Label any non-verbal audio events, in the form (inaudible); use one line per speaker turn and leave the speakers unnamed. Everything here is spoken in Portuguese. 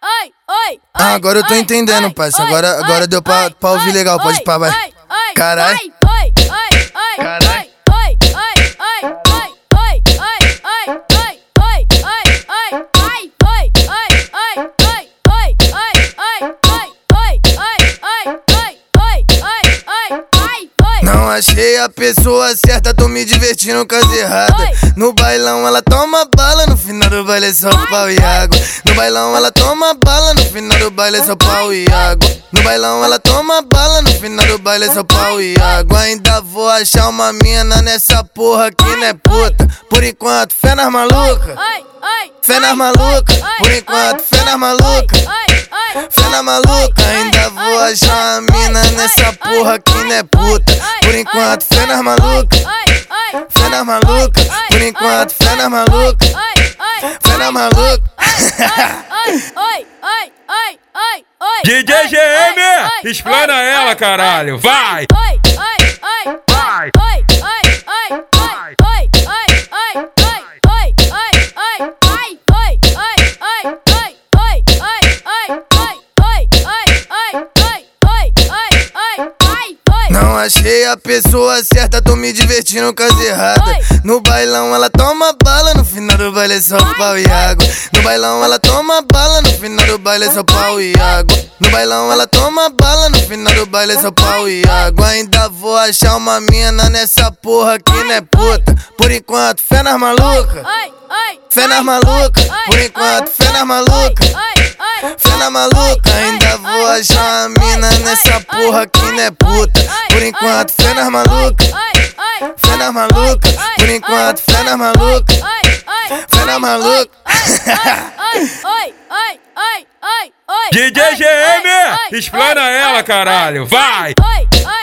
oi,
Ah,
oi,
agora eu tô
oi,
entendendo,
oi,
parça.
oi,
Agora-
oi,
agora deu pra-
oi,
pra ouvir
oi,
legal, pode
oi,
pá, vai.
oi, oi,
Carai.
Oi, oi, oi, oi,
Carai.
Oi, oi, oi, oi, oi, oi, oi, oi, oi, oi, oi, oi, oi, oi, oi, oi, oi, oi, oi, oi, oi, oi, oi, oi, oi, oi, oi.
Não achei a pessoa certa, tô me divertindo com as erradas.
Oi.
No bailão ela toma bala, no final do baile é só pau e água. No bailão ela toma bala, no final do baile é só pau e água. No bailão ela toma bala, no final do baile é só pau e água. Ainda vou achar uma mina nessa porra que não é puta. Por enquanto, fé nas malucas.
Oi, oi,
Fé nas
oi,
malucas,
oi,
por
oi,
enquanto,
oi,
fé nas
oi,
malucas.
oi, oi,
Fé na
oi,
maluca,
oi,
ainda
oi,
vou
oi,
achar a
oi,
mina
oi,
nessa
oi,
porra
oi,
que não é
oi,
puta.
oi,
Por
oi,
enquanto,
oi,
fé nas
oi,
malucas.
oi, oi,
Fé nas
oi,
malucas,
oi,
por
oi,
enquanto,
oi,
fé nas
oi,
malucas.
oi, oi,
Fé na
oi,
maluca. (laughs)
oi, oi, oi, oi, oi, oi,
(laughs) DJ
oi,
GM,
oi, oi,
explana
oi,
ela,
oi,
caralho,
oi,
vai.
Oi, oi, oi,
Vai.
Oi, oi, oi, oi, oi, oi, oi, oi, oi, oi, oi, oi, oi, oi, oi, oi, oi, oi, oi, oi, oi, oi, oi, oi, oi, oi.
Não achei a pessoa certa, tô me divertindo com as erradas.
Oi.
No bailão ela toma bala, no final do baile é só pau e água. No bailão ela toma bala, no final do baile é só pau e água. No bailão ela toma bala, no final do baile é só pau e água. Ainda vou achar uma mina nessa porra que não é puta. Por enquanto, fé nas malucas.
Oi, oi,
Fé nas
oi,
malucas,
oi,
por
oi,
enquanto,
oi,
fé nas
oi,
malucas.
oi, oi,
Fé na maluca,
oi,
ainda
oi,
vou
oi,
achar a
oi,
mina
oi,
nessa
oi,
porra
oi,
que não é
oi,
puta.
oi,
Por
oi,
enquanto,
oi,
fé nas
oi,
malucas.
oi, oi,
Fé nas
oi,
malucas,
oi,
por
oi,
enquanto,
oi,
fé nas
oi,
malucas.
oi, oi,
Fé nas
oi,
malucas. (laughs)
oi, oi, oi, oi, oi, oi, oi,
DJ
oi,
GM,
oi, oi,
explana
oi,
ela,
oi,
caralho,
oi,
vai.
Oi, oi,